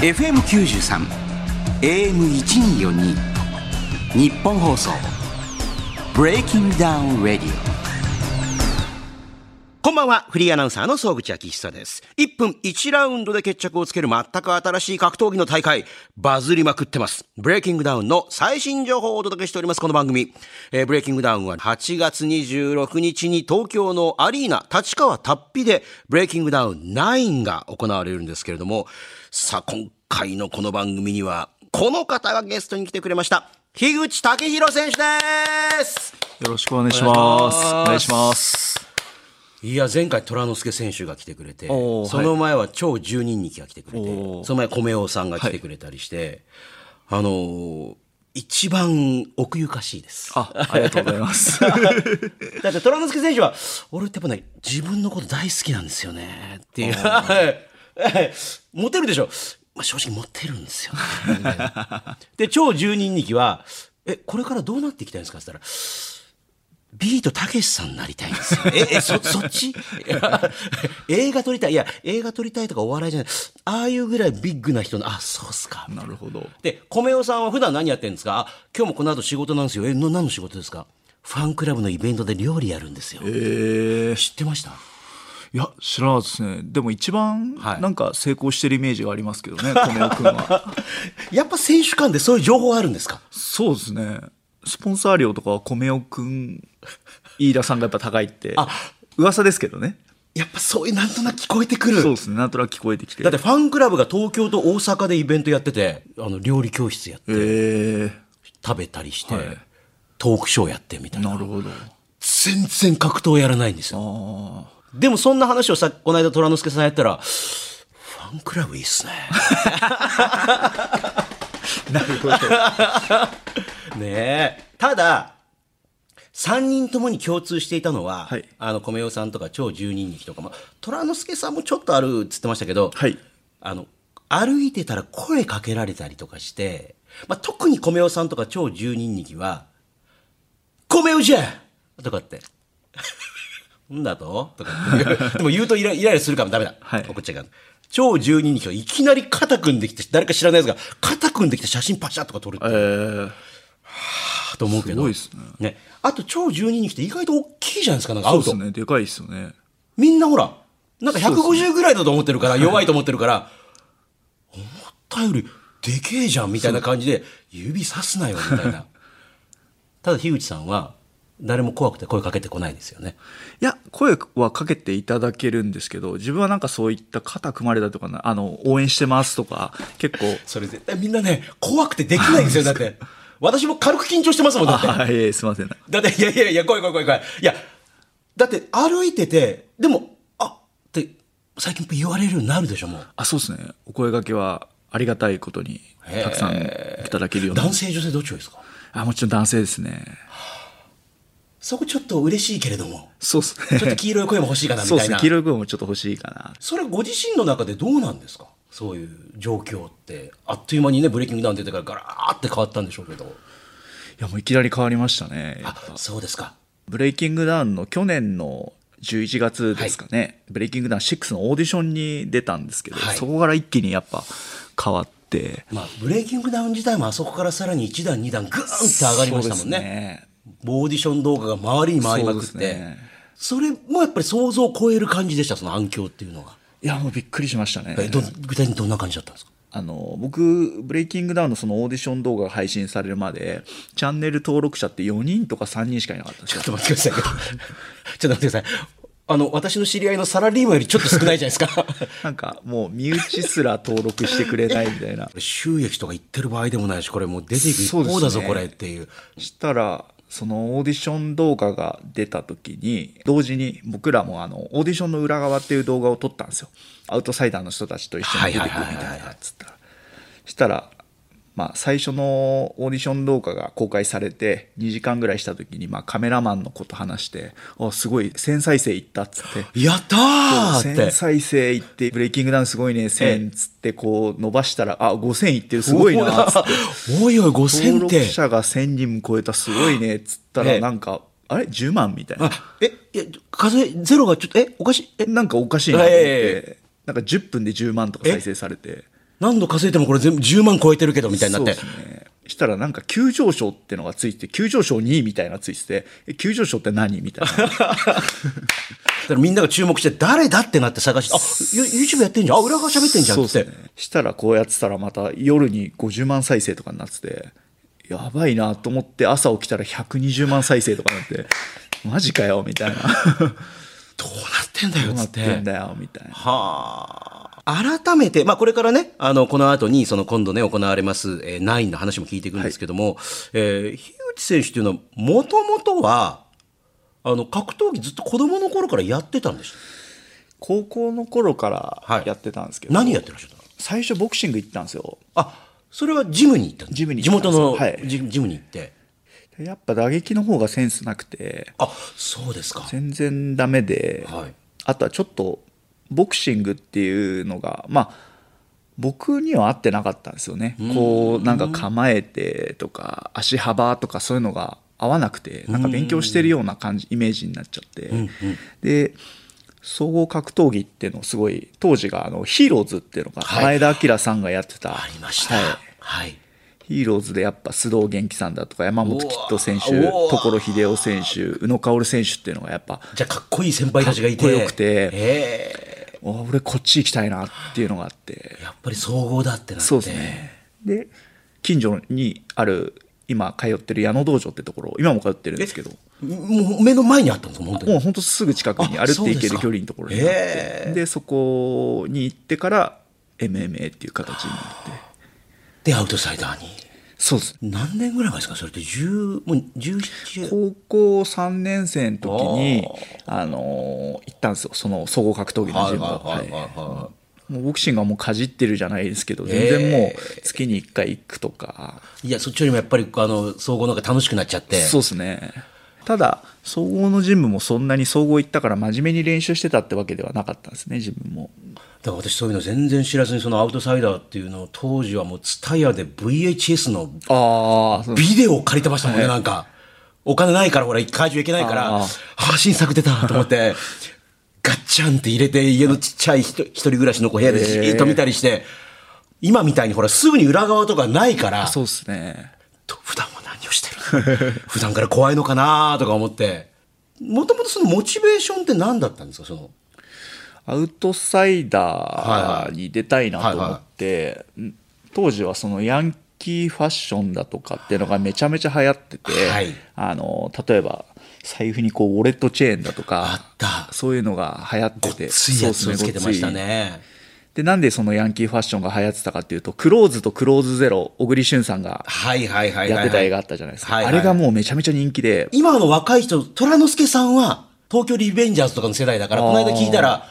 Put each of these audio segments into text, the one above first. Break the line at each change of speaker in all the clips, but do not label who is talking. FM93 AM1242 日本放送ブレイキングダウンレディオこんばんは、フリーアナウンサーの総口昭久です。1分1ラウンドで決着をつける全く新しい格闘技の大会、バズりまくってます。ブレイキングダウンの最新情報をお届けしております、この番組。えー、ブレイキングダウンは8月26日に東京のアリーナ、立川タッピで、ブレイキングダウン9が行われるんですけれども、さあ、今回のこの番組には、この方がゲストに来てくれました。樋口武宏選手です
よろしくお願いします。お願いします。
いや前回虎之助選手が来てくれてその前は超十人力が来てくれてその前米尾さんが来てくれたりして、はい、あのー、一番奥ゆかしいです。
あ、ありがとうございます。
だって虎之助選手は、俺ってやっぱね、自分のこと大好きなんですよね、っていう。モテるでしょ。まあ、正直モテるんですよ、ね。で、超十人力は、え、これからどうなっていきたいんですかって言ったら、ビートたけしさんになりたいんですよ。え、え、そ、そっち映画撮りたい。いや、映画撮りたいとかお笑いじゃない。ああいうぐらいビッグな人の、あ、そうっすか。
なるほど。
で、米尾さんは普段何やってるんですかあ、今日もこの後仕事なんですよ。え、の何の仕事ですかファンクラブのイベントで料理やるんですよ。
ええー、
知ってました
いや、知らなかったですね。でも一番、なんか成功してるイメージがありますけど ね、はい、米尾君は。
やっぱ選手間でそういう情報あるんですか
そうですね。スポンサー料とかは米尾くん、飯田さんがやっぱ高いって。あ、噂ですけどね。
やっぱそういうなんとなく聞こえてくる。
そうですね。なんとなく聞こえてきて。
だってファンクラブが東京と大阪でイベントやってて、あの、料理教室やって、えー、食べたりして、はい、トークショーやってみたいな。
なるほど。
全然格闘やらないんですよ。でもそんな話をさ、この間虎之助さんやったら、ファンクラブいいっすね。
なるほど。
ねただ、3人ともに共通していたのは、はい、あの、米尾さんとか超十人力とかも、虎之助さんもちょっとあるっつってましたけど、
はい、
あの、歩いてたら声かけられたりとかして、まあ、特に米尾さんとか超十人力は、米尾じゃとかって。 んだととかって。でも言うとイライラするからダメだ。
はい、
怒っちゃうから。超12人がいきなり肩組んできて、誰か知らないやつが肩組んできて写真パシャッとか撮るって。
えー
はあ、と思うけど。
すごいですね。
ね。あと超12人って意外と大きいじゃないですか、なんかアウト。
そうですね、でかいですよね。
みんなほら、なんか150ぐらいだと思ってるから、ね、弱いと思ってるから、思ったよりでけえじゃんみたいな感じで、指さすなよみた いな。ただ、樋口さんは、誰も怖くて声かけてこないですよね。
いや、声はかけていただけるんですけど、自分はなんかそういった肩組まれたとか、あの、応援してますとか、結 構。
それ絶対みんなね、怖くてできないん ですよ、だって。私も軽く緊張してますもん、だって。
はい、えー、すいません。
だって、いやいやいや、怖い怖い怖い怖い。いや、だって歩いてて、でも、あって、最近言われるようになるでしょ、もう。
あ、そうですね。お声掛けは、ありがたいことに、たくさんいただけるように。
男性、女性どっちがいいですか
あ、もちろん男性ですね。
そこちょっと嬉しいけれど も。
そうですね。
ちょっと黄色い声も欲しいかなみたいな。そうですね。
黄色い声もちょっと欲しいかな。
それご自身の中でどうなんですかそういう状況って。あっという間にね、ブレーキングダウン出てからガラーって変わったんでしょうけど。い
や、もういきなり変わりましたね。
あ、そうですか。
ブレイキングダウンの去年の11月ですかね、はい、ブレイキングダウン6のオーディションに出たんですけど、はい、そこから一気にやっぱ変わって。
まあ、ブレイキングダウン自体もあそこからさらに1段、2段、ぐーんって上がりましたもんねオーディション動画が回りに回りまくって、ね、それもやっぱり想像を超える感じでした、その反響っていうのは。
いや、もうびっくりしましたね。
具体にどんな感じだったんですか
あの、僕、ブレイキングダウンのそのオーディション動画が配信されるまで、チャンネル登録者って4人とか3人しかいなかったんです
よ。ちょっと待ってください。ちょっと待ってください。 あの、私の知り合いのサラリーマンよりちょっと少ないじゃないですか。
なんか、もう身内すら登録してくれないみたいな。
収益とか言ってる場合でもないし、これもう出ていく一方だぞ、ね、これっていう。
したら、そのオーディション動画が出た時に、同時に僕らもあの、オーディションの裏側っていう動画を撮ったんですよ。アウトサイダーの人たちと一緒に出てくるみたいな、つったら。したら、まあ、最初のオーディション動画が公開されて、2時間ぐらいした時に、まあ、カメラマンのこと話して、あ、すごい、1000再生いったっつって。
やったーって
!1000 再生いって、ブレイキングダウンすごいね、1000つって、こう、伸ばしたら、あ、5000いってる、すごいな、つっ て。
おいおい、5000って。
登録者が1000人超えた、すごいね、つったら、なんか、あれ ?10 万みたいな。
え、いや、数え、ゼロがちょっと、え、おかしい、え、
なんかおかしいなと思って、なんか10分で10万とか再生されて。
何度稼いでもこれ全部10万超えてるけどみたいになって
そうですねしたらなんか急上昇ってのがついて急上昇2位みたいなのついててえ急上昇って何みたい な
だからみんなが注目して誰だってなって探してあユ YouTube やってんじゃんあ裏側喋ってんじゃん
そう
っ
で
つ
す
って、
ねしたらこうやってたらまた夜に50万再生とかになっててやばいなと思って朝起きたら120万再生とかになってマジかよみた いな
どうなってんだよ
どう
っ
な
つっ
って
て
んだよみたいな
はあ。改めて、まあ、これからね、あの、この後に、その、今度ね、行われます、えー、ナインの話も聞いていくんですけども、えー、樋口選手っていうのは、もともとは、あの、格闘技ずっと子供の頃からやってたんでした
高校の頃から
い
やってたんですけど、
何やってらっしゃったの
最初ボクシング行ったんですよ
あ、それはジムに行ったんだ
ジムに
地
行った
元
んです
の、
はい
ジジムに行って。
やっぱ打撃の方がセンスなくて
あ、そうですか。
全然ダメで、
はい
あとはちょっとボクシングっていうのがまあ僕には合ってなかったんですよね、こうなんか構えてとか足幅とかそういうのが合わなくてなんか勉強してるような感じイメージになっちゃって、で総合格闘技っていうのをすごい当時があのヒーローズっていうのが
はい
前田明さんがやってた、
ありました。
はい
はい。
ヒーローズでやっぱ須藤元気さんだとか山本キッド選手
うわうわ
所秀夫選手宇野薫選手っていうのがやっぱ
じゃあ、かっこいい先輩たちがいて。
かっこよくて
え
あ俺こっち行きたいなっていうのがあって
えやっぱり総合だってなって。
そうです。ねで近所にある今通ってる矢野道場ってところ今も通ってるんですけど
もう目の前にあったんですもん、本当に
もう。ほんとすぐ近くに
あ
歩いて行
そうで
け
す
る
か
距離のところにあって
へえ
でそこに行ってから MMA っていう形になって
でアウトサイダーに
そうです
何年ぐらい前ですかそれって10もう17
高校3年生の時に
あー、
あのー行ったんですよその総合格闘技のジムをはい
は
もうボクシングはもうかじってるじゃないですけど全然も
え
う月に1回行くとか、
いいやそっちよりもやっぱりあの総合の方が楽しくなっちゃって
そうですねただ総合のジムもそんなに総合行ったから真面目に練習してたってわけではなかったんですね自分も
だから私そういうの全然知らずにそのアウトサイダーっていうのを当時はもうツタヤで VHS の
ああ
ビデオを借りてましたもんね、なんかお金ないからほら会場行けないから
あ
あ
ー
あ新作出たと思って ガッチャンって入れて家のちっちゃいひと一人暮らしの子部屋でじーっと見たりして今みたいにほらすぐに裏側とかないから
そうですね
と普段は何をしてる普段から怖いのか なとか思ってもともとそのモチベーションって何だったんですかその
アウトサイ
はい
ダ
は
ーに出たいなと思って、ん当時はそのヤンキーファッションだとかっていうのがめちゃめちゃ流行ってて、
はい
あの例えば財布にこうウォレットチェーンだとか
あった
そういうのが流行ってて
ついやつ
そう
を
で
つ
す
けてました
ごっつい
ね
でなんでそのヤンキーファッションが流行ってたかっていうとクローズとクローズゼロ小栗旬さんが
はいはいはいはい、
や
は
っ
い、
てた映画あったじゃないですか、
はいはい
あれがもうめちゃめちゃ人気で
今の若い人虎之助さんは東京リベンジャーズとかの世代だから
あー
この間聞いたら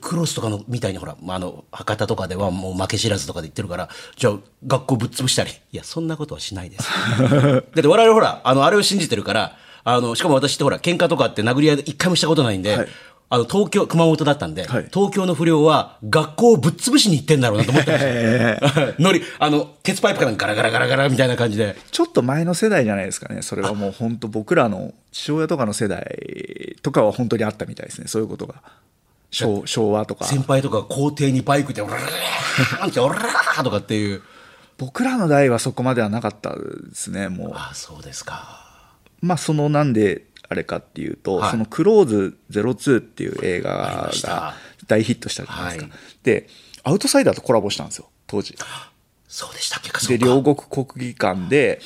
クロスとかのみたいにほら、まあ、あの博多とかではもう負け知らずとかで言ってるからじゃあ学校ぶっ潰したりいやそんなことはしないです だって我々ほらあのあれを信じてるからあのしかも私ってほら喧嘩とかって殴り合い一回もしたことないんで、
はい
あの東京熊本だったんで、
はい
東京の不良は学校をぶっ潰しに行ってんだろうなと思ってま した ノリあの鉄パイプからガラガラガラガラみたいな感じで
ちょっと前の世代じゃないですかね、それはもう本当、僕らの父親とかの世代とかは本当にあったみたいですね、そういうことが、昭昭和とか、
先輩とか校庭にバイクでオラララーンってオラララーとかっていう
僕らの代はそこまではなかったですね、もう、
ああそうですか
まあ、そのなんであれかっていうと、
はい
そのクローズ02っていう映
あり
画
まし
が
た
大ヒットしたじゃないですか、
はい
で、アウトサイダーとコラボしたんですよ、当時。
そうでしたっけかそ
で、
うか
両国国技館で、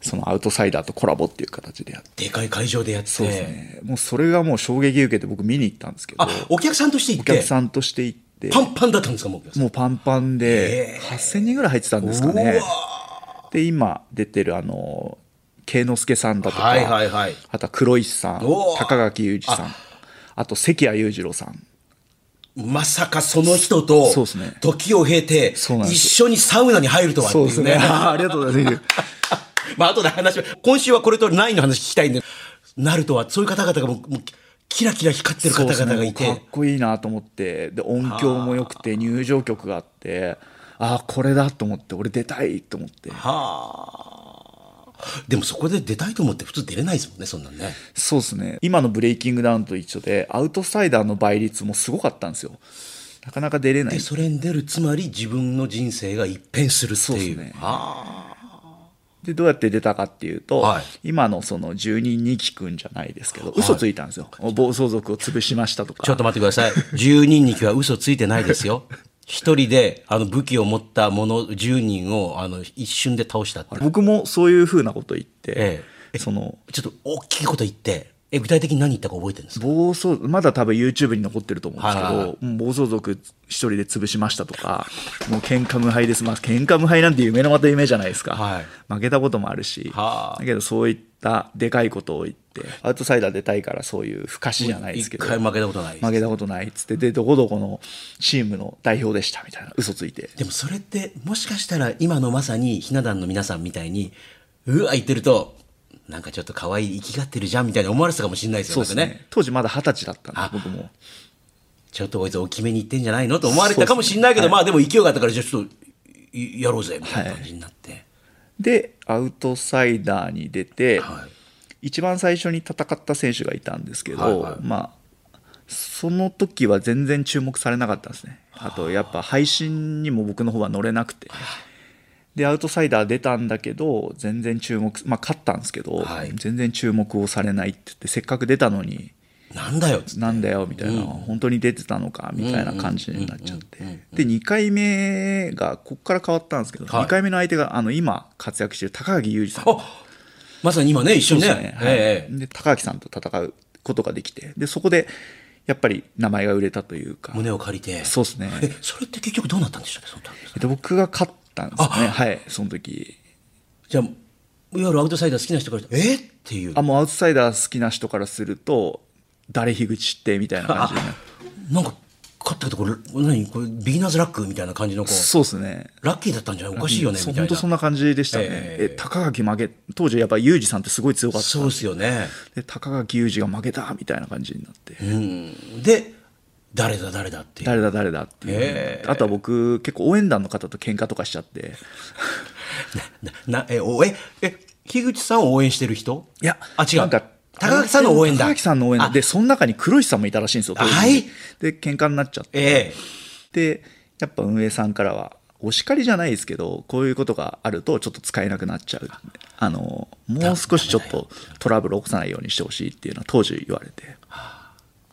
そのアウトサイダーとコラボっていう形でやって。
でかい会場でやって
そうですね、もうそれがもう衝撃受けて僕見に行ったんですけど
あお客さんとして行
お
って
客さんとして行って
パンパンだったんですかもうお客さん
もうパンパンで8000人ぐらい入ってたんですかねで今出てるあの慶之助さんだとか、
はいはいはい
あとは黒石さん
うわ
高垣裕二さんあと関谷裕次郎さん
まさかその人と
そうですね
時を経て
そうなんで
一
す
緒にサウナに入るとはってい
あーありがとうございます
まあ後で話し今週はこれとナインの話聞きたいんでなるとはそういう方々がもうもうキラキラ光ってる
そう
方
です
々が
ね
いて、
かっこいいなと思ってで音響も良くて入場曲があってああこれだと思って俺出たいと思って
はあでもそこで出たいと思って普通出れないですもんねそんなんね
そうですね今のブレイキングダウンと一緒でアウトサイダーの倍率もすごかったんですよなかなか出れない
でそれに出るつまり自分の人生が一変するって
そうで
い
す
う
ね
あ
でどうやって出たかっていうと、
はい
今のその住人に聞くんじゃないですけど、嘘ついたんですよ暴走族を潰しましたと
あちょっ
か
と待ってください10人には嘘ついてないです よ一人であの武器を持った者10人をあの一瞬で倒したって
僕もそういうふうなこと言って、
ええ
その
ちょっと大きいこと言ってえ具体的に何言ったか覚えてるんですか
暴走まだ多分 YouTube に残ってると思うんですけど、
はいはいは
うん暴走族一人で潰しましたとかもう喧嘩無敗ですまあ喧嘩無敗なんて夢のまた夢じゃないですか、
はい
負けたこともあるし、
はあ
だけどそういったでかいことを言ってアウトサイダー出たいからそういう不可視じゃないです
一
けど
回負けたことない
負けたことないっつってでどこどこのチームの代表でしたみたいな嘘ついて
でもそれってもしかしたら今のまさにひな壇の皆さんみたいにうわ言ってるとなんかちょっと可愛い生きがってるじゃんみたいに思われてたかもしれないですよ
そうです
なんかね
ね当時まだ二十歳だったんで
あ
僕も
ちょっとこいつ大きめに言ってんじゃないのと思われてたかもしれないけど、まあでも勢いがあったからじゃあちょっといやろうぜみたいな感じになって、
でアウトサイダーに出て、
はい
一番最初に戦った選手がいたんですけど、
はいはい
まあその時は全然注目されなかったんですねあとやっぱ配信にも僕の方は乗れなくてでアウトサイダー出たんだけど全然注目まあ勝ったんですけど、
はい
全然注目をされないって言ってせっかく出たのに
なんだよっつって
なんだよみたいな、本当に出てたのかみたいな感じになっちゃって、で2回目がここから変わったんですけど、
はい
2回目の相手があの今活躍してる高木裕二さん
あまさに今ね一緒にね
はい
ええ
で高木さんと戦うことができてでそこでやっぱり名前が売れたというか
胸を借りて
そうですね
えそれって結局どうなったんでしたっけその時
えっと僕が勝ったんですよね
あ
はいその時
じゃあいわゆるアウトサイダー好きな人からしたらえっていう
あもうアウトサイダー好きな人からすると誰樋口ってみたいな感じになっ て
なんか勝ったけどこれ何これビギナーズラックみたいな感じのこう
そうですね
ラッキーだったんじゃないおかしいよねみたいな、
本当そんな感じでしたね、
ええ
え高垣負け当時やっぱ裕二さんってすごい強かった
そうですよね
で高垣裕二が負けたみたいな感じになって、
うんで誰だ誰だっていう
誰だ誰だっていう、
え
あとは僕結構応援団の方と喧嘩とかしちゃって
ななえおええ樋口さんを応援してる人
いや
あ違う
なんか
高垣さんの応援だ
高垣さんの応援
あ
団でその中に黒石さんもいたらしいんですよ当時
はい
で喧嘩になっちゃって
ええ
でやっぱ運営さんからはお叱りじゃないですけどこういうことがあるとちょっと使えなくなっちゃうあのもう少しちょっとトラブル起こさないようにしてほしいっていうのは当時言われて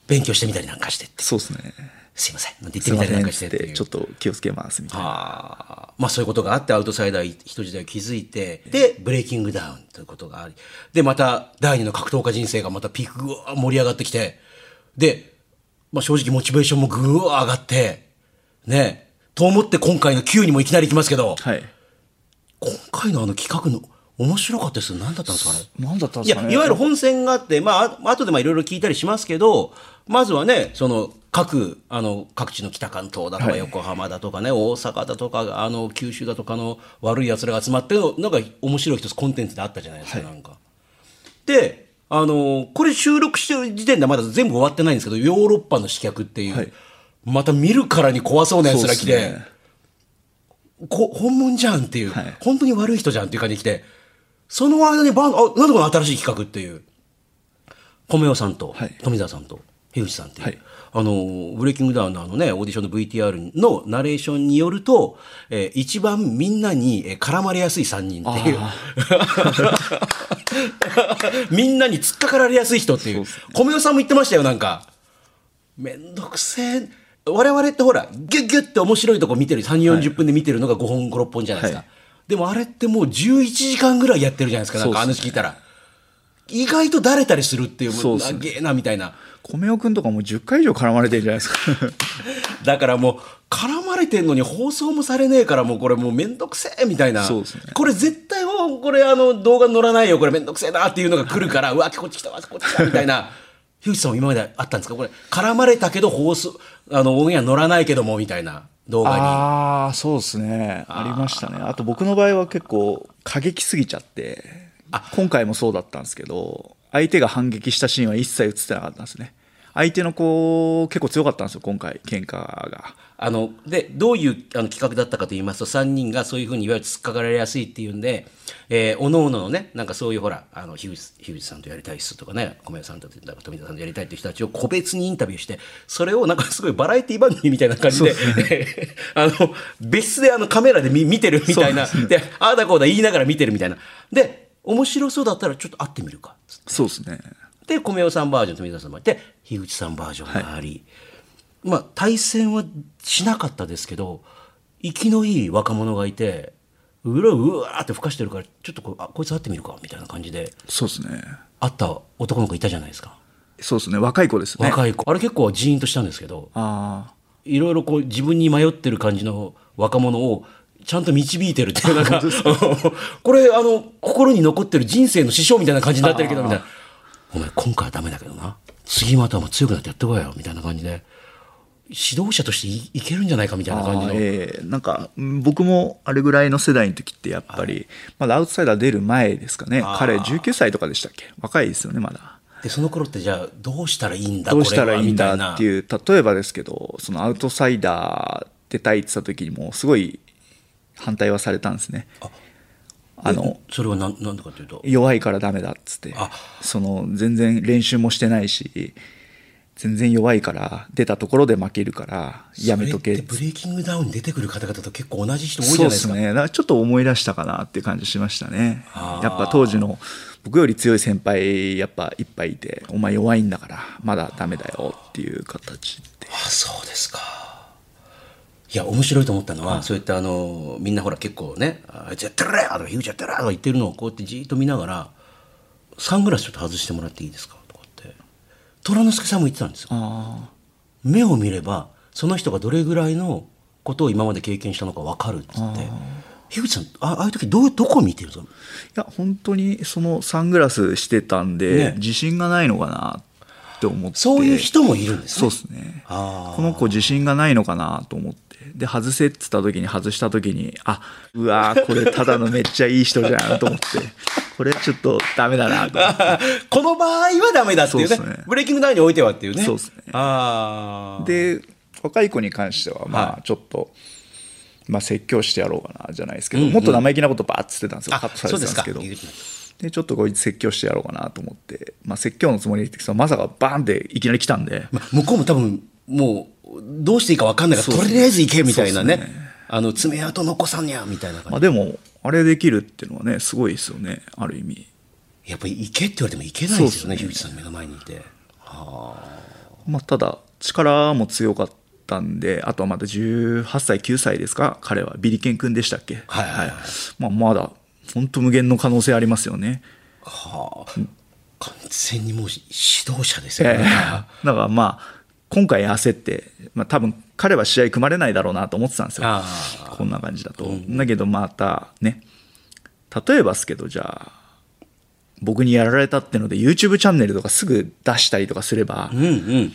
勉強してみたりなんかしてって
そうですね
すいませんなんて言っ
す
て
い
み
ま
たりな
せ
んん
っ
かして
つっ
って
て
いう
ちょっと気をつけますみたいな
あーまあそういうことがあってアウトサイダー人時代を築いてでブレイキングダウンということがありでまた第二の格闘家人生がまたピークぐわー盛り上がってきてで、まあ、正直モチベーションもぐわー上がってねと思って今回の Q にもいきなり行きますけど
はい
今回のあの企画の面白かったです何だったんですかね
何だったん
い
ですか
や、
ね
いわゆる本戦があって、まあ、あ後でまあいろいろ聞いたりしますけど、まずはね、その、各、あの、各地の北関東だと
は
か、
い
横浜だとかね、大阪だとか、あの、九州だとかの悪い奴らが集まっての、なんか面白い一つコンテンツであったじゃないですか、なんか。で、あの、これ収録してる時点ではまだ全部終わってないんですけど、ヨーロッパの刺客っていう、
はい
また見るからに怖そうな奴ら来
そうで
て、
すね
こ本物じゃんっていう、
はい
本当に悪い人じゃんっていう感じで来て、その間にバン、あ、なんでこの新しい企画っていう。米尾さんと、
はい
富澤さんと、樋口さんっていう、
はい
あの、ブレイキングダウンのあのね、オーディションの VTR のナレーションによると、えー一番みんなにえー絡まれやすい3人っていう。 みんなに突っかかられやすい人っていう。米尾さんも言ってましたよ、なんか。めんどくせえ。我々ってほら、ギュッギュッて面白いとこ見てる、3、40分で見てるのが5本、5、6本じゃないですか。
はい
でもあれってもう11時間ぐらいやってるじゃないですか、なんか
そうっす
話
ね
聞いたら。意外とだれたりするっていう、
そ
も
う
う
っすね
長えなみたいな。
米尾君とかもう10回以上絡まれてるじゃないですか
だからもう、絡まれてんのに放送もされねえから、もうこれもうめんどくせえみたいな。
そうですね
これ絶対もう、これあの、動画載らないよ、これめんどくせえなっていうのが来るから、うわ、こっち来たわ、こっち来たみたい な。樋口さんも今まであったんですかこれ、絡まれたけど放送、あの、オンエア載らないけども、みたいな動画
ああそうですねありましたねあと僕の場合は結構過激すぎちゃって今回もそうだったんですけど相手が反撃したシーンは一切映ってなかったんですね
に。
相手の子、結構強かったんですよ、今回、喧嘩が。
あの、で、どういうあの企画だったかと言いますと、3人がそういうふうにいわゆる突っかかられやすいっていうんで、えー、おのおののね、なんかそういうほら、あの、樋口樋口さんとやりたい人とかね、小宮さんと、なんか富田さんとやりたいっていう人たちを個別にインタビューして、それをなんかすごいバラエティ番組みたいな感じで、 あの、別室であのカメラで見見てるみたいな、でああだこうだ言いながら見てるみたいな。で、面白そうだったらちょっと会ってみるか。
そうですね。
で米尾さんバージョン富田さんバージョンで樋口さんバージョンがあり、まあ対戦はしなかったですけど生きのいい若者がいてうろうわーって吹かしてるからちょっとこうあこいつ会ってみるかみたいな感じで
そうですね。
会った男の子いたじゃないですか
そうですね。若い子ですね。
若い子、あれ結構ジーンとしたんですけど
あ
いろいろこう自分に迷ってる感じの若者をちゃんと導いてるっていうなんか これあの心に残ってる人生の師匠みたいな感じになってるけどみたいな「お前今回はダメだけどな次またもう強くなってやってこいよ」みたいな感じで指導者としていいけるんじゃないかみたいな
あ。
感じの。
ええなんか、うん僕もあれぐらいの世代の時って、やっぱり、まだアウトサイダー出る前ですかね。彼、19歳とかでしたっけ若いですよね、まだ。
でその頃ってじゃあどうしたらいいんだ
どうしたらいいん
これ
だ
は
っ
み
て
たいな
いう例えばですけどそのアウトサイダー出たいって言った時にもうすごい反対はされたんですねあの
それはなんなんでかというと
弱いからダメだっつって
あ
その全然練習もしてないし全然弱いから出たところで負けるからやめとけ
それってブレイキングダウンに出てくる方々と結構同じ人多いじゃないです
そう
か
ですねだからちょっと思い出したかなっていう感じしましたね
あー
やっぱ当時の僕より強い先輩やっぱいっぱいいてお前弱いんだからまだダメだよっていう形で
あそうですかいや面白いと思ったのは、そういったあのみんなほら結構ね「ああいつやってくれ!」とか「ひぐちやってくれ!」とか言ってるのをこうやってじーっと見ながら「サングラスちょっと外してもらっていいですか?」とかって虎之助さんも言ってたんですよ
ああ
目を見ればその人がどれぐらいのことを今まで経験したのか分かるっつって樋口さんあああいう時どうどこ見てるんですか
いや本当にそのサングラスしてたんで、
ね
自信がないのかなって思って
そういう人もいるんです
そう
ね
ですね
あ
この子自信がないのかなと思ってで外せっつった時に外した時にあうわーこれただのめっちゃいい人じゃんと思ってこれちょっとダメだなと思っ
あこの場合はダメだっていうね
そうっすね
ブレイキングダウンにおいてはっていうね
そうっすね
ああ
てで若い子に関してはまあちょっと、まあ説教してやろうかなじゃないですけど、もっと生意気なことばーっつってたんですよカットされてたんですけど
そうですか
でちょっとこいつ説教してやろうかなと思って、まあ、説教のつもりでそのまさかバーンっていきなり来たんで、
まあ向こうも多分もうどうしていいか分かんないから、
そう
と
ですね
りあえず行けみたいなね
そうです
あの爪痕残さんにゃみたいな感じ、
まあ、でもあれできるっていうのはねすごいですよねある意味
やっぱり行けって言われても行けないですよね
そ
樋
うで
口さ
すね
んの目の前にいてあ
まあ、ただ力も強かったんであとはまだ18歳9歳ですか彼はビリケン君でしたっけ
はいはいはい
まあ、まだ本当無限の可能性ありますよね
ーはあ完全にもう指導者ですよ
ええ
ね、
だからまあ今回焦って、まあ、多分彼は試合組まれないだろうなと思ってたんですよ
あ
こんな感じだと、だけどまたね例えばですけどじゃあ僕にやられたってので YouTube チャンネルとかすぐ出したりとかすれば、
うんうん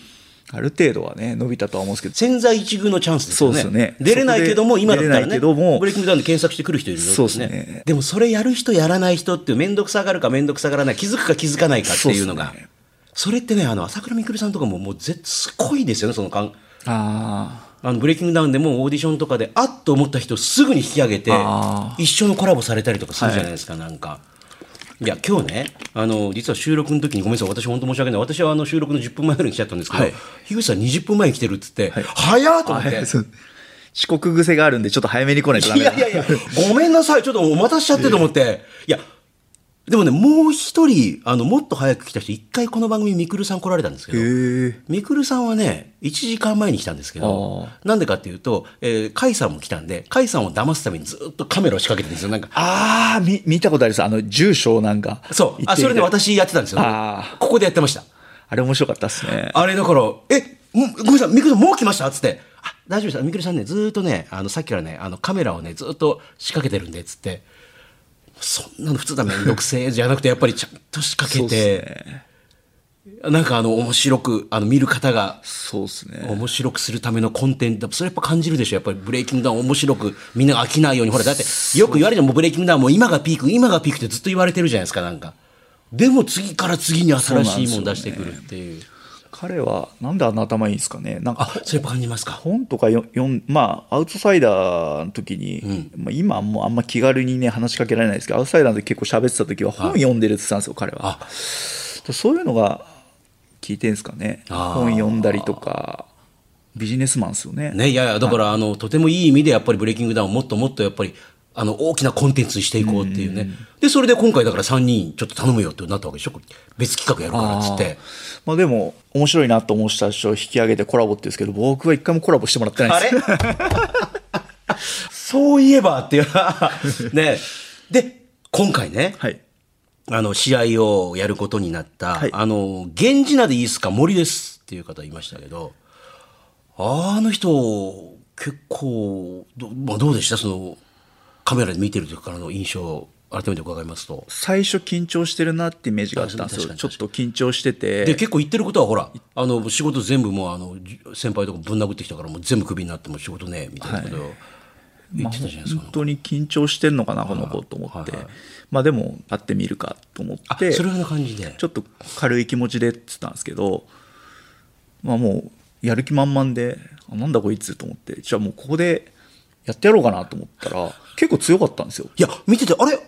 ある程度はね伸びたとは思うんですけど
潜在一遇のチャンスですよね
そうですよね
出れないけども今だった
出
ら
れな
ね
いけども
ブレイキングダウンで検索してくる人いるよ
そうですね
でもそれやる人やらない人っていう面倒くさがるか面倒くさがらない気づくか気づかないかっていうのが
そ
そ,、
うですね
れってねあの朝倉未来さんとかももう絶すごいですよねその感
あ
あのブレイキングダウンでもオーディションとかであっと思った人をすぐに引き上げて
あ
一緒のコラボされたりとかするじゃないですか、なんか。いや今日ねあの実は収録の時にごめんなさい私本当申し訳ない私はあの収録の10分前ぐらいに来ちゃったんですけど、
はい
樋口さん20分前に来てるっつって、早っと
あ
思って、
そう遅刻癖があるんでちょっと早めに来ないとダ
い
メだ
やいやいや、ごめんなさい、ちょっとお待たせしちゃってと思って。いや、でもね、もう一人、あの、もっと早く来た人、一回この番組、みくるさん来られたんですけど、
へえ
みくるさんはね、1時間前に来たんですけど、なんでかっていうと、えー、甲斐さんも来たんで、甲斐さんを騙すためにずっとカメラを仕掛けてるんですよ、なんか。
ああみ見たことありますあの住所をなんか
そう。あ、それで
で
私やってたんですよ
あ。
ここでやってました。
あれ面白かったですね
あれだから、え、もごめんなさい、みくるさんもう来ましたっつって、あ、大丈夫です。みくるさんね、ずーっとね、あの、さっきからね、あの、カメラをね、ずーっと仕掛けてるんで、つって、そんなの普通だめんどくせえじゃなくて、やっぱりちゃんと仕掛け
そうっす
て、なんかあの、面白く、あの、見る方が、
そうですね
面白くするためのコンテンツ、それやっぱ感じるでしょ、やっぱりブレイキングダウン面白く、みんなが飽きないように、ほら、だって、よく言われるのもうブレイキングダウンもう今がピーク、今がピークってずっと言われてるじゃないですか、なんか。でも次から次に新しいもん出してくるっていう。
彼はなんであんな頭いいんですかねなんか
あそうやっぱ感じますか
本とかよ読んまあアウトサイダーの時に、まあ、今はもうあんま気軽にね話しかけられないですけどアウトサイダーの時結構喋ってた時は本読んでるって言ってたんですよ彼は
あ
そういうのが聞いてんですかね
あー
本読んだりとかビジネスマンですよね
ねいやいやだから、あのとてもいい意味でやっぱりブレイキングダウンをもっともっとやっぱりあの大きなコンテンツにしていこうっていうね、でそれで今回だから3人ちょっと頼むよってなったわけでしょこれ別企画やるからっつって
まあでも面白いなと思う人たちを引き上げてコラボって言うんですけど僕は一回もコラボしてもらってないです
そういえばっていう ねで今回ね、
はい
あの試合をやることになった、
はい
あの源氏名でいいですか森ですっていう方いましたけどあの人結構ど,、まあ、どうでしたそのカメラで見てる時からの印象改めて伺いますと
最初緊張してるなってイメージがあったんです
確か
よ
に
ちょっと緊張してて
で結構言ってることはほらあの仕事全部もうあのじ先輩とかぶん殴ってきたからもう全部クビになってもう仕事ねみたいなことを言ってたじゃないですか、
本当に緊張してんのかなこの子と思って、
はいはい
まあでも会ってみるかと思っ
あ
て
それぐらいの感じで
ちょっと軽い気持ちでって言ったんですけどまあもうやる気満々であなんだこいつと思ってじゃあもうここでやってやろうかなと思ったら結構強かったんですよ
いや見ててあれ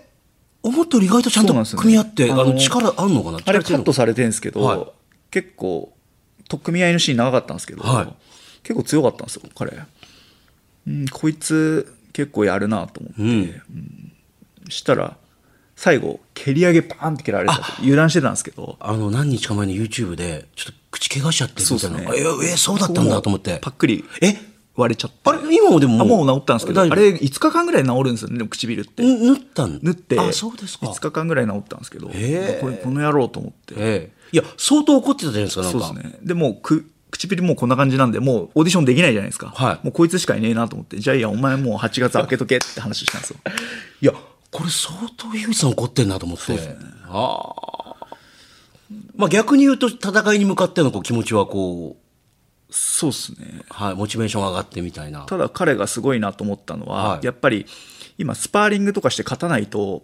思ったより意外とちゃん
そうなんです
と
よね
組み合って、あ
あ
の
の
力あるのかな
あ
力
れ
強い
カッ
のか
トされてるんですけど、
はい
結構取っ組み合いのシーン長かったんですけど、
はい
結構強かったんですよ彼うんこいつ結構やるなと思って、
うん
したら最後蹴り上げバーンって蹴られたと油断してたんですけど
あの何日か前の YouTube でちょっと口怪我しちゃってるみたいな、
そうです
ええそうだったんだと思って
パックリ
え
割れちゃって
あれ今もでも
あもう治ったんですけどあ
大丈夫
れ5日間ぐらい治るんですよねでも唇って
ん縫ったん
縫って
あそうですか
5日間ぐらい治ったんですけど、
へえ
これこの野郎と思って
ええいや相当怒ってたじゃないですかなん
そ
か
うですね。で、もうく、唇もうこんな感じなんで、もうオーディションできないじゃないですか。
はい
もうこいつしかいねえなと思って、じゃあいや、お前もう8月開けとけって話したんですよ。
いやこれ相当井口さん怒ってんなと思ってああまあ逆に言うと戦いに向かってのこう気持ちはこう、
そうですね。
はい、モチベーションが上がってみたいな
ただ彼がすごいなと思ったのは、
はい
やっぱり今スパーリングとかして勝たないと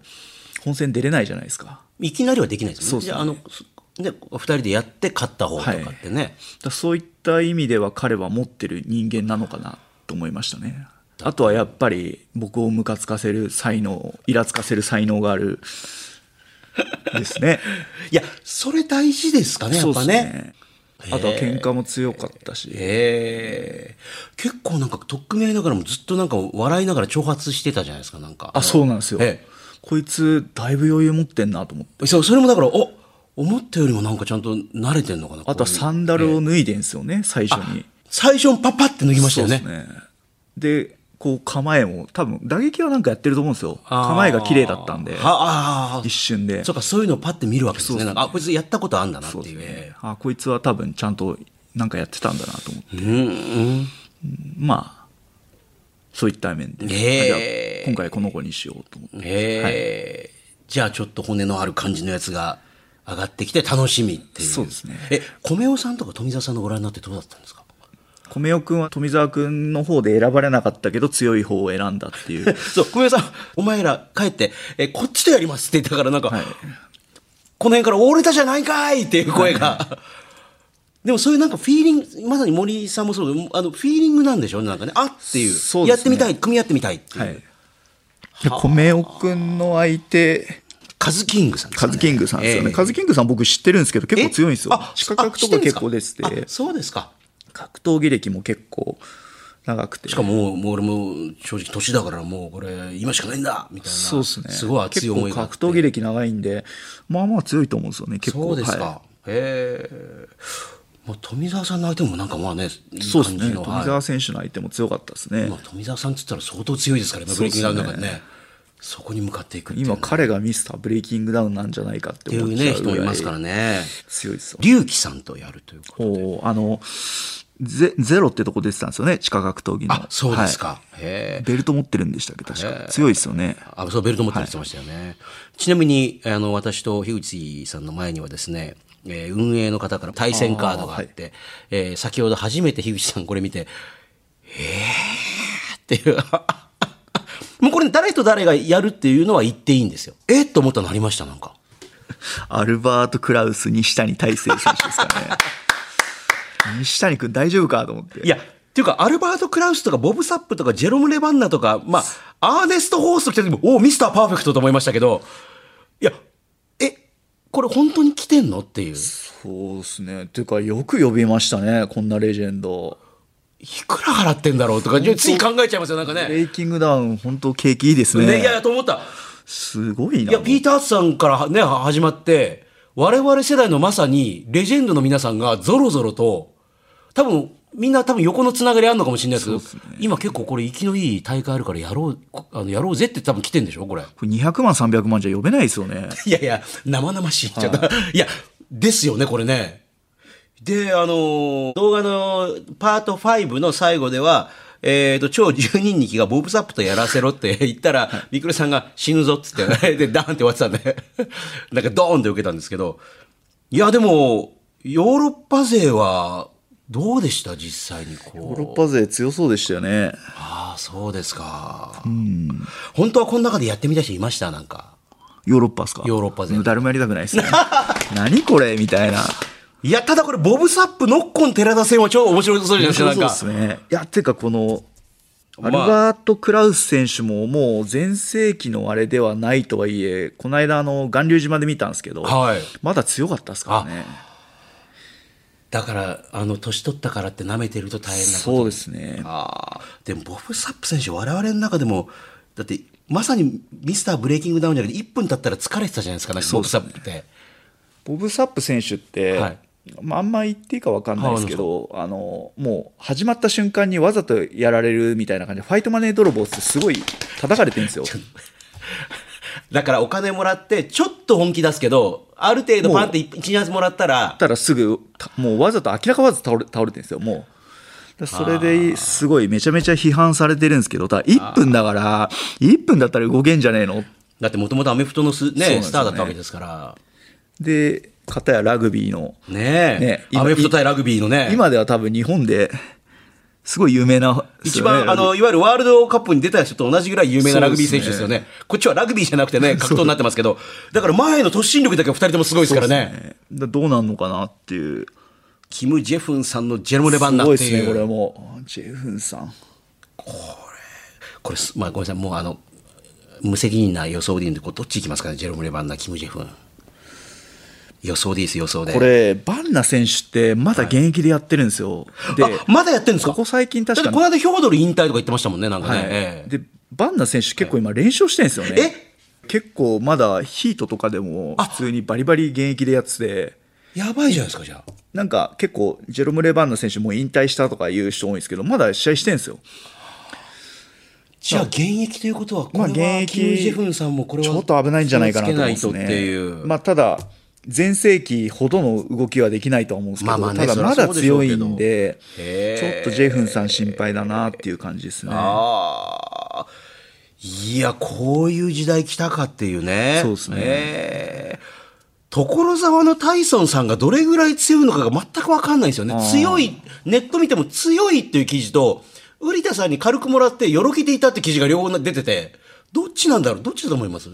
本戦出れないじゃないですか。
いきなりはできないです
そ
よね
うですね
じゃああのすね2人でやって勝った方とかってね、
だからそういった意味では彼は持ってる人間なのかなと思いましたね。あとはやっぱり僕をムカつかせる才能、イラつかせる才能があるですね。
いやそれ大事ですかねやっぱ
そうで
ね
すね。あとは喧嘩も強かったし、
ええ結構なんか取っ組み合いながらもずっとなんか笑いながら挑発してたじゃないですかなんか
あそうなんですよ、
え
こいつだいぶ余裕持ってんなと思って
そうそれもだからお思ったよりもなんかちゃんと慣れてんのかな
あとは
こういう
サンダルを脱いでんすよね、最初に
最初パッパって脱ぎましたよね
そうですねでこう構えも多分打撃はなんかやってると思うんですよ
あー
構えが綺麗だったんで
はああ
一瞬で
そうかそういうのをパッて見るわけですねなんかあこいつやったことあんだなっていうね
あこいつは多分ちゃんとなんかやってたんだなと思って、
うんうん
まあそういった面で、
へー
あじゃあ今回この子にしようと思って
ええじゃあちょっと骨のある感じのやつが上がってきて楽しみっていう
そうですね
え米尾さんとか富澤さんのご覧になってどうだったんですか
米尾君は富澤君の方で選ばれなかったけど強い方を選んだってい う
そう、ごめんなさい。お前ら帰って、え、こっちとやりますって言ったから、なんか、
はい
この辺から俺たちじゃないかいっていう声が。 でもそういうなんかフィーリング、まさに森さんもそうだけどあの、フィーリングなんでしょなんかね、あっていう。
そう
や
ですね
ってみたい、組み合ってみたいっていう。
はい。で、米尾くんの相手、
カズキングさんです
カ
かね、
ズキングさんですよね。
ええ
カズキングさん僕知ってるんですけど、結構
え
強いんですよ
あ。
地下格とか結構出て
あ知ってん
て
ですかあ、そうですか。
格闘技歴も結構長くて。
しかももう、もう俺も正直年だからもうこれ今しかないんだみたいな。
そうですね。
すごい熱い思い
結
があ
構
って。
格闘技歴長いんで、まあまあ強いと思うんですよね、結構。
そうですか。
は
へえ。まあ、富澤さんの相手もなんかまあね、いい感
い
じ
そ
の
うですね。富
はい
澤選手の相手も強かったですね
まあ。富澤さんっつったら相当強いですからね、ブレイキングダウンの中でね。そこに向かっていくっていう
今彼がミスターブレイキングダウンなんじゃないかっ
っ
て
てい
思っ
う
ち
ね、
ゃう
人
ぐ
もい
ら
ま
い
すからね。
強いですよ。
龍騎さんとやるということ。
おーあのゼ、ゼロってとこ出てたんですよね、地下格闘技の。
あ、そうです
はい
か。へえ。
ベルト持ってるんでしたっけ確か。強いですよね。
あ、そう、ベルト持ってるって言ってましたよね。ちなみに、あの、私と樋口さんの前にはですね、えー運営の方から対戦カードがあって、えー先ほど初めて樋口さんこれ見て、えーっていう。 もうこれ誰と誰がやるっていうのは言っていいんですよ。えっと思ったのありました、なんか。
アルバート・クラウス西谷大成選手ですかね。西谷君大丈夫かと思って。
いや、っていうか、アルバート・クラウスとか、ボブ・サップとか、ジェロム・レバンナとか、まあ、アーネスト・ホースト来た時も、おお、ミスター・パーフェクトと思いましたけど、いや、え、これ本当に来てんのっていう。
そうですね。ていうか、よく呼びましたね、こんなレジェンド。
いくら払ってんだろうとか、つい考えちゃいますよ、なんか
ブレ
ね。
イキングダウン、本当景気いいですね。
ねいや、と思った。
すごいな。
いや、ピーターズさんからね、は始まって、我々世代のまさに、レジェンドの皆さんがぞろぞろと、多分、みんな多分横のつながりあるのかもしれないですけど、今結構これ、生きのいい大会あるからやろう、こあのやろうぜって多分来てんでしょ、これ。
これ200万、300万じゃ呼べないですよね。
いやいや、生々しいっちゃった。 い、や、ですよね、これね。で、あのー動画のパート5の最後では、えっ、と、超十人力がボブサップとやらせろって言ったら、みくるさんが死ぬぞっつって、 で、ダーンって終わってたんで、なんかドーンって受けたんですけど、いや、でも、ヨーロッパ勢は、どうでした実際にこう。
ヨーロッパ勢強そうでしたよね。
ああ、そうですか。本当はこの中でやってみた人いましたなんか。
ヨーロッパですか
ヨーロッパ勢
もう誰もやりたくないですね。 何これみたいな。
いや、ただこれ、ボブサップ、ノッコン、寺田戦は超面白そうじゃないですか、なん
そ
か。
うですね。いや、っていうかこの、
まあ
アルバート・クラウス選手ももう全盛期のあれではないとはいえ、この間あの、巌流島で見たんですけど、
はい
まだ強かったですからね。
だから、あの、年取ったからって舐めてると大変なこと。
そうですね。
あーでも、ボブサップ選手、我々の中でも、だって、まさにミスターブレイキングダウンじゃなくて、1分経ったら疲れてたじゃないですか、なんかボブサップって。
ボブ・サップ選手って、
はい
まあ、あんま言っていいか分かんないですけど、あのもう始まった瞬間にわざとやられるみたいな感じで、ファイトマネー泥棒ってすごい叩かれてるんで すよ。
だから、お金もらって、ちょっと本気出すけど、ある程度、パンって1、2発もらったら、
たらすぐ、たもうわざと、明らかわざと倒れ倒れてるんですよ、もう。だそれですごいめちゃめちゃ批判されてるんですけど、ただ1分だから、1分だったら動けんじゃねえの
だって、もともとアメフトのす、
そうなんですよ
ね、
ね
スターだったわけですから。
で、片やラグビーの、
ねえ。
ね今
アメフト対ラグビーのね。
今では多分日本ですごい有名な、
一番、あ
ラグビー
の、いわゆるワールドカップに出た人と同じぐらい有名なラグビー選手ですよね。こっちはラグビーじゃなくてね、格闘になってますけど、だから前の突進力だけは二人ともすごいですからね。
ねだどうなんのかなっていう。
キム・ジェフンさんのジェロムレバンナっ
す
てい
ご
う。
いですね、これはもう。ジェフンさん。
これす、まあごめんなさい、もうあの、無責任な予想で言うんで、こうどっち行きますかね、ジェロムレバンナ、キム・ジェフン。予想でいいです、予想で。
これ、バンナ選手ってまだ現役でやってるんですよ。で、
あ、まだやってるんですか
ここ最近確か
だってこの間、ヒョードル引退とか言ってましたもんね、なんかね。
はい
ええ
で、バンナ選手結構今連勝してるんですよね。結構まだヒートとかでも
あ
普通にバリバリ現役でやってて、
やばいじゃないですか、じゃあ。
なんか結構ジェロム・レバンナ選手もう引退したとかいう人多いんですけど、まだ試合してるんですよ。
じゃあ現役ということは、これ
まあ
は
現
キム・ジェフン
役、
さんもこれは
ちょっと危ないんじゃないかなと
気をつ
思
け
い
な
ま
いと
す
って
ね。
いう。
まあただ、全盛期ほどの動きはできないとは思うんですけど、
まあまあね
ただまだ
そりゃそう
強
でしょ
いう
けど
んで、
へ
ちょ
え
っとジェフンさん心配だなっていう感じですね。
ああ。いや、こういう時代来たかっていうね。
そうですね
ええ所沢のタイソンさんがどれぐらい強いのかが全くわかんないんですよね。強い、ネット見ても強いっていう記事と、瓜田さんに軽くもらって、よろけていたって記事が両方出てて、どっちなんだろうどっちだと思います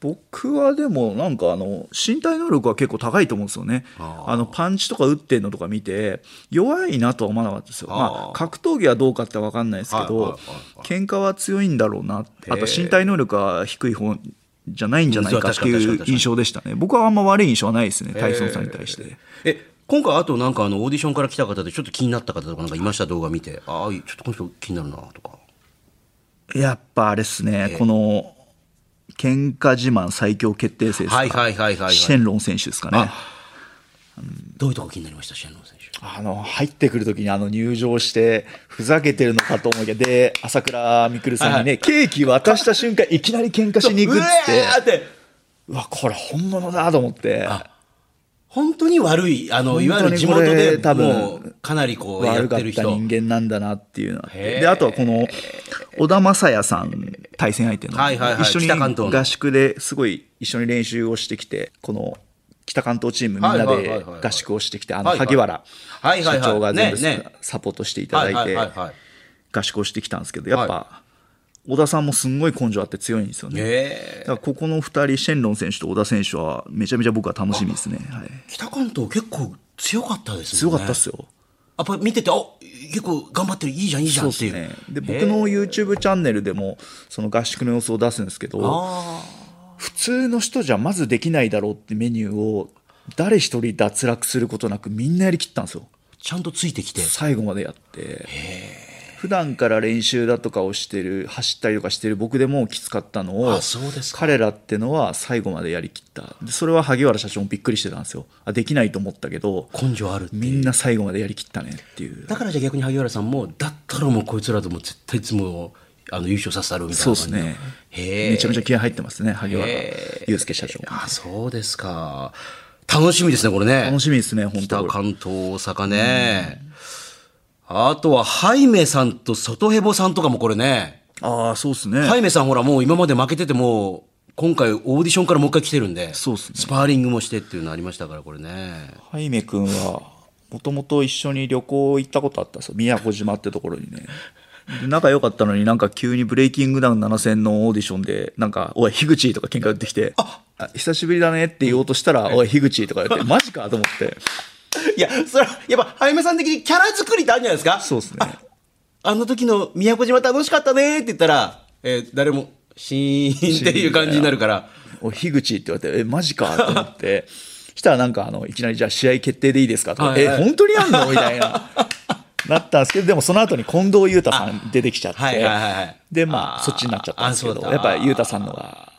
僕はでもなんかあの身体能力は結構高いと思うんですよねあのパンチとか打ってんのとか見て弱いなとは思わなかったですよまあ、格闘技はどうかって分かんないですけど、
はいはい
喧嘩は強いんだろうなあと身体能力は低い方じゃないんじゃないかっ
うんそ
て
う
い
確かに確かに確
う
かに
印象でしたね僕はあんま悪い印象はないですねタイソンさんに対して、
え、今回あとなんかあの、オーディションから来た方でちょっと気になった方とかなんかいました動画見て、ああ、ちょっとこの人気になるなとか。
やっぱあれですね、この喧嘩自慢最強決定戦ですか、
はいはいはいはいはい
シェンロン選手ですかね
どういうとこ気になりましたシェンロン選手。
あの、入ってくるときにあの入場して、ふざけてるのかと思いきや、で、朝倉未来さんにね、
はいは
ケーキ渡した瞬間、いきなり喧嘩しに行くっつって
うわ、ーって
うわ、これ本物だと思って、
本当に悪い、あの、いわゆる地元で、もう、かなりこう、や
悪
っ
かって
る
た
人。
人間なんだなっていうのはあっ
へ
て
ー
で、あとはこの、小田正也さん、対戦相手の、
はいはいはい
一緒に
北関東の
合宿ですごい一緒に練習をしてきて、この、北関東チームみんな
はいはいはい
で
はいはい
合宿をしてきて、あの、
はいはい
萩原
はいはいはい
社長が全部
ねね
サポートしていただ
はいいはい
て
はい、はい。
合宿をしてきたんですけど、やっぱ、
は
小田さんもすんごい根性あって強いんですよね。だ
ええ
からここの2人、シェンロン選手と小田選手は、めちゃめちゃ僕は楽しみですね。はい、
北関東結構強かったですね。
強かったっすよ。
やっぱり見てて、あ結構頑張ってる、いいじゃん、いいじゃんっていう。
ね、で僕の YouTube チャンネルでもその合宿の様子を出すんですけど普通の人じゃまずできないだろうってメニューを誰一人脱落することなくみんなやりきったんですよ
ちゃんとついてきて。
最後までやって普段から練習だとかをしてる走ったりとかしてる僕でもきつかったのを
あそうですか
彼らってのは最後までやりきったでそれは萩原社長もびっくりしてたんですよあできないと思ったけど
根性あるっていう
みんな最後までやりきったねっていう
だからじゃあ逆に萩原さんも、だったらもうこいつらとも絶対いつもあの優勝させたるみたい
そう
な感
で
じ
す
の。
ね
へえ。
めちゃめちゃ気合入ってますね萩原
へ
祐介社長
あ、そうですか。楽しみですね、これね。
楽しみですね本
北
当
関東、大阪ね。あとは、ハイメさんと外ヘボさんとかもこれね。
ああそうですね、
ハイメさんほらもう今まで負けてても、今回オーディションからもう一回来てるんで、
そうっすね
スパーリングもしてっていうのありましたから、これね。
ハイメ君はもともと一緒に旅行行ったことあったんですよ宮古島ってところにねで仲良かったのになんか急に「ブレイキングダウン7000」のオーディションでなんか「おい樋口」とか喧嘩売ってきて「あ久しぶりだね」って言おうとしたら「おい樋口」とか言って「マジか」と思って
いや、それは、やっぱ、ハイメさん的にキャラ作りってあるんじゃないですか
そうですね
あの時の宮古島楽しかったねって言ったら、えー誰も、シーンっていう感じになるから。
「おい樋口」って言われて「えマジか」と思って したらなんかあのいきなり「じゃあ試合決定でいいですか」とか「
はいはい
え本当にやんの?」みたいななったんですけどでもその後に近藤裕太さん出てきちゃって、
はいはいはいはい。
で、ま
あ
あ、
ー
そっちになっちゃったんですけ
あそう
ど、
だった
やっぱ、ゆうたさんのが、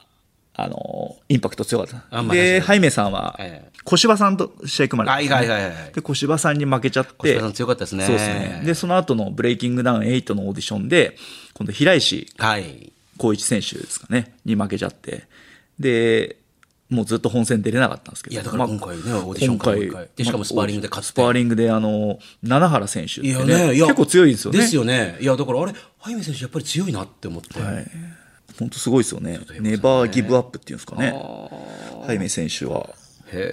あのー、インパクト強かっ
あま
た。
あ確かに
で、ハイメさんは
ええ、
小芝さんと試合組まれたんですね、
はいはいはいはい
で、小芝さんに負けちゃって、
小芝さん強かったですね
そうですね。で、その後のブレイキングダウン8のオーディションで、今度、平石
はい。
光一選手ですかね、に負けちゃって、で、もうずっと本戦出れなかったんですけど。
いやだから
まあ
今回ねオーディションからもう一回
今回
でしかもスパーリングで勝って
スパーリングで、あの、七原選手って
いや
ね
ね、いや
結構強いですよね。
ですよね。いや、だからあれ、ハイメ選手やっぱり強いなって思って。
はい、本当すごいですよね、ネバーギブアップっていうんですかね、ハイメ選手は、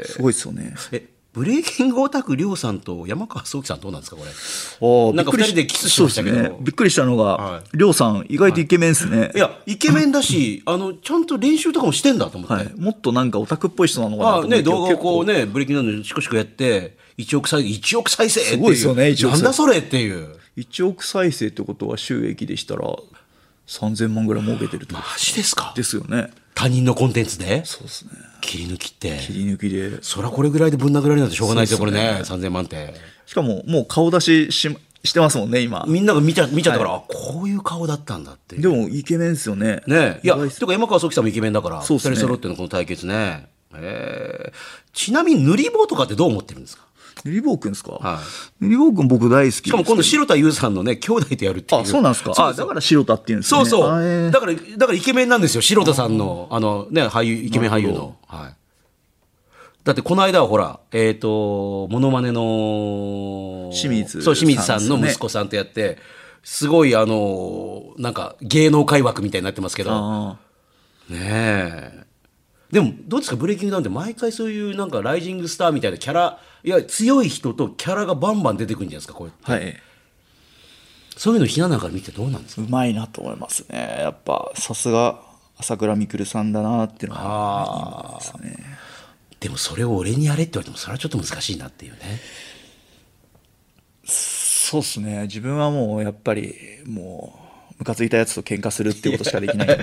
すごいですよね。
え、ブレイキングオタク、りょうさんと山川聡輝さんどうなんですか、これ。
ああ
なんか
びっくり
二人でキスしましたけど
そうですね、びっくりしたの
は
が、りょうさん、意外とイケメンですね、
いや、イケメンだし、 あの、ちゃんと練習とかもしてんだと思って。
はい、もっとなんかオタクっぽい人なのかなと
あ
思
あ
って
ね、動画をこう
ね、
ね、ブレイキングダウンでシコシコやって、1億再生、1億再生っていう。
すごいですよね1
な
億再
ん
生
だそれっていう。
1億再生ってことは収益でしたら、3000万ぐらい儲けてるってこ
マ
と
ジですか
ですよね、
他人のコンテンツで
そうですね、
切り抜きって。
切り抜きで、
そりゃこれぐらいでぶん殴られるなんてしょうがないですよ、これね。3000万って。
しかももう顔出しししてますもんね、今。
みんなが見ちゃ見ちゃったから、あこういう顔だったんだっていう。
でもイケメンですよね。
ねいや、
意外っす
とか山川聡輝さんもイケメンだから、
そう
二
っすね
人揃ってのこの対決ね。えーちなみに塗り棒とかってどう思ってるんですか
塗り棒くんですか、
は
塗り棒くん僕大好きです
しかも今度白田優さんのね、兄弟とやるっていう。
あ、そうなんですかあ、だから白田っていうんです
そ
ね。
うそ
あえ
う。
ー
だから、だからイケメンなんですよ。白田さんの、あのね、俳優、イケメン俳優の。はい。だってこの間はほら、えっ、と、モノマネの、
清水
そう、清水さんの
さんですね
息子さんとやって、すごいあの、なんか芸能界枠みたいになってますけど、
あ
ねえ。でも、どうですか、ブレイキングダウンって毎回そういうなんかライジングスターみたいなキャラ、いや、強い人とキャラがバンバン出てくるんじゃないですか、こう
ーはい。
そういうのひな壇から見てどうなんですか
うまいなと思いますね。やっぱ、さすが、朝倉未来さんだなっていうのは、いいですね。
でもそれを俺にやれって言われても、それはちょっと難しいなっていうね。
そうですね。自分はもう、やっぱり、もう、ムカついたやつと喧嘩するっていうことしかできないんで、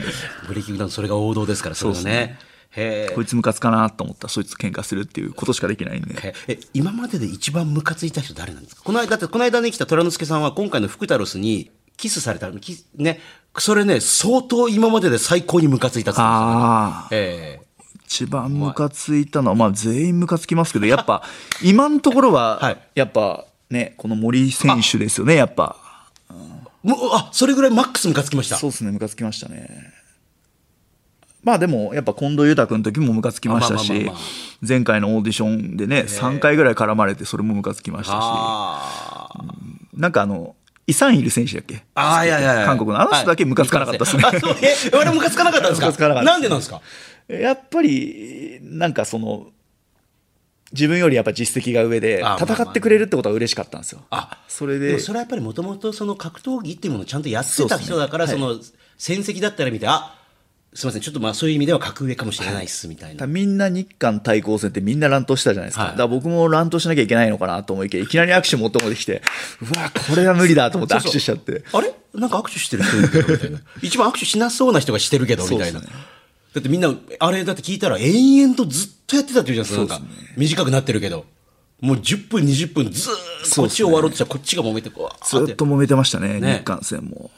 ブレイキングダウン、それが王道ですから、それがね。へえ
こいつムカつかなと思ったら、そいつと喧嘩するっていうことしかできないんで。
ええ今までで一番ムカついた人誰なんですかこの間だってこの間ね来た虎之助さんは今回の福太郎スにキスされたのキスねそれね相当今までで最高にムカついたっつってま
ああ、
したねええ
一番ムカついたのは、まあ全員ムカつきますけど、やっぱ、今のところ
はい
は、やっぱね、この森選手ですよね、やっぱ。
もうあそれぐらいマックスムカつきました
そうですね、ムカつきましたね。まあでも、やっぱ近藤裕太君の時もムカつきました
あまあ
し
まあまあまあ、
前回のオーディションでね、3回ぐらい絡まれて、それもムカつきましたし、
あー
なんかあの、イサンいる選手だっけ
あーいやいやいや
韓国のあの人だけムカつかなかったっすね
はいあそうえあれムカつかなかったんですか
ムカつかなかったっ
ん
すね
でなんですか
やっぱり、なんかその、自分よりやっぱ実績が上で
あ、
戦ってくれるってことは嬉しかったんですよ。
あ
それ
で
で
も、それはやっぱりもともとその格闘技っていうものをちゃんとやってた人だからそ,、の戦績だったら見てあすみません、ちょっとまあそういう意味では格上かもしれないっす、みたい
だ
な。
からみんな日韓対抗戦ってみんな乱闘したじゃないですか。
はい
だから僕も乱闘しなきゃいけないのかなと思いきや、いきなり握手持って持ってきて、うわ、これは無理だと思って握手しちゃって。
あれなんか握手してる人いるけど、みた いな。一番握手しなそうな人がしてるけど、みたいな。
そうっす
だってみんな、あれだって聞いたら延々とずっとやってたって言うじゃないですか。
そうっす
なんか短くなってるけど。もう10分、20分ずーっとこっちを終わろうとしたらこっちが揉めてこう。
ずっと揉めてましたね、
ね
日韓戦も。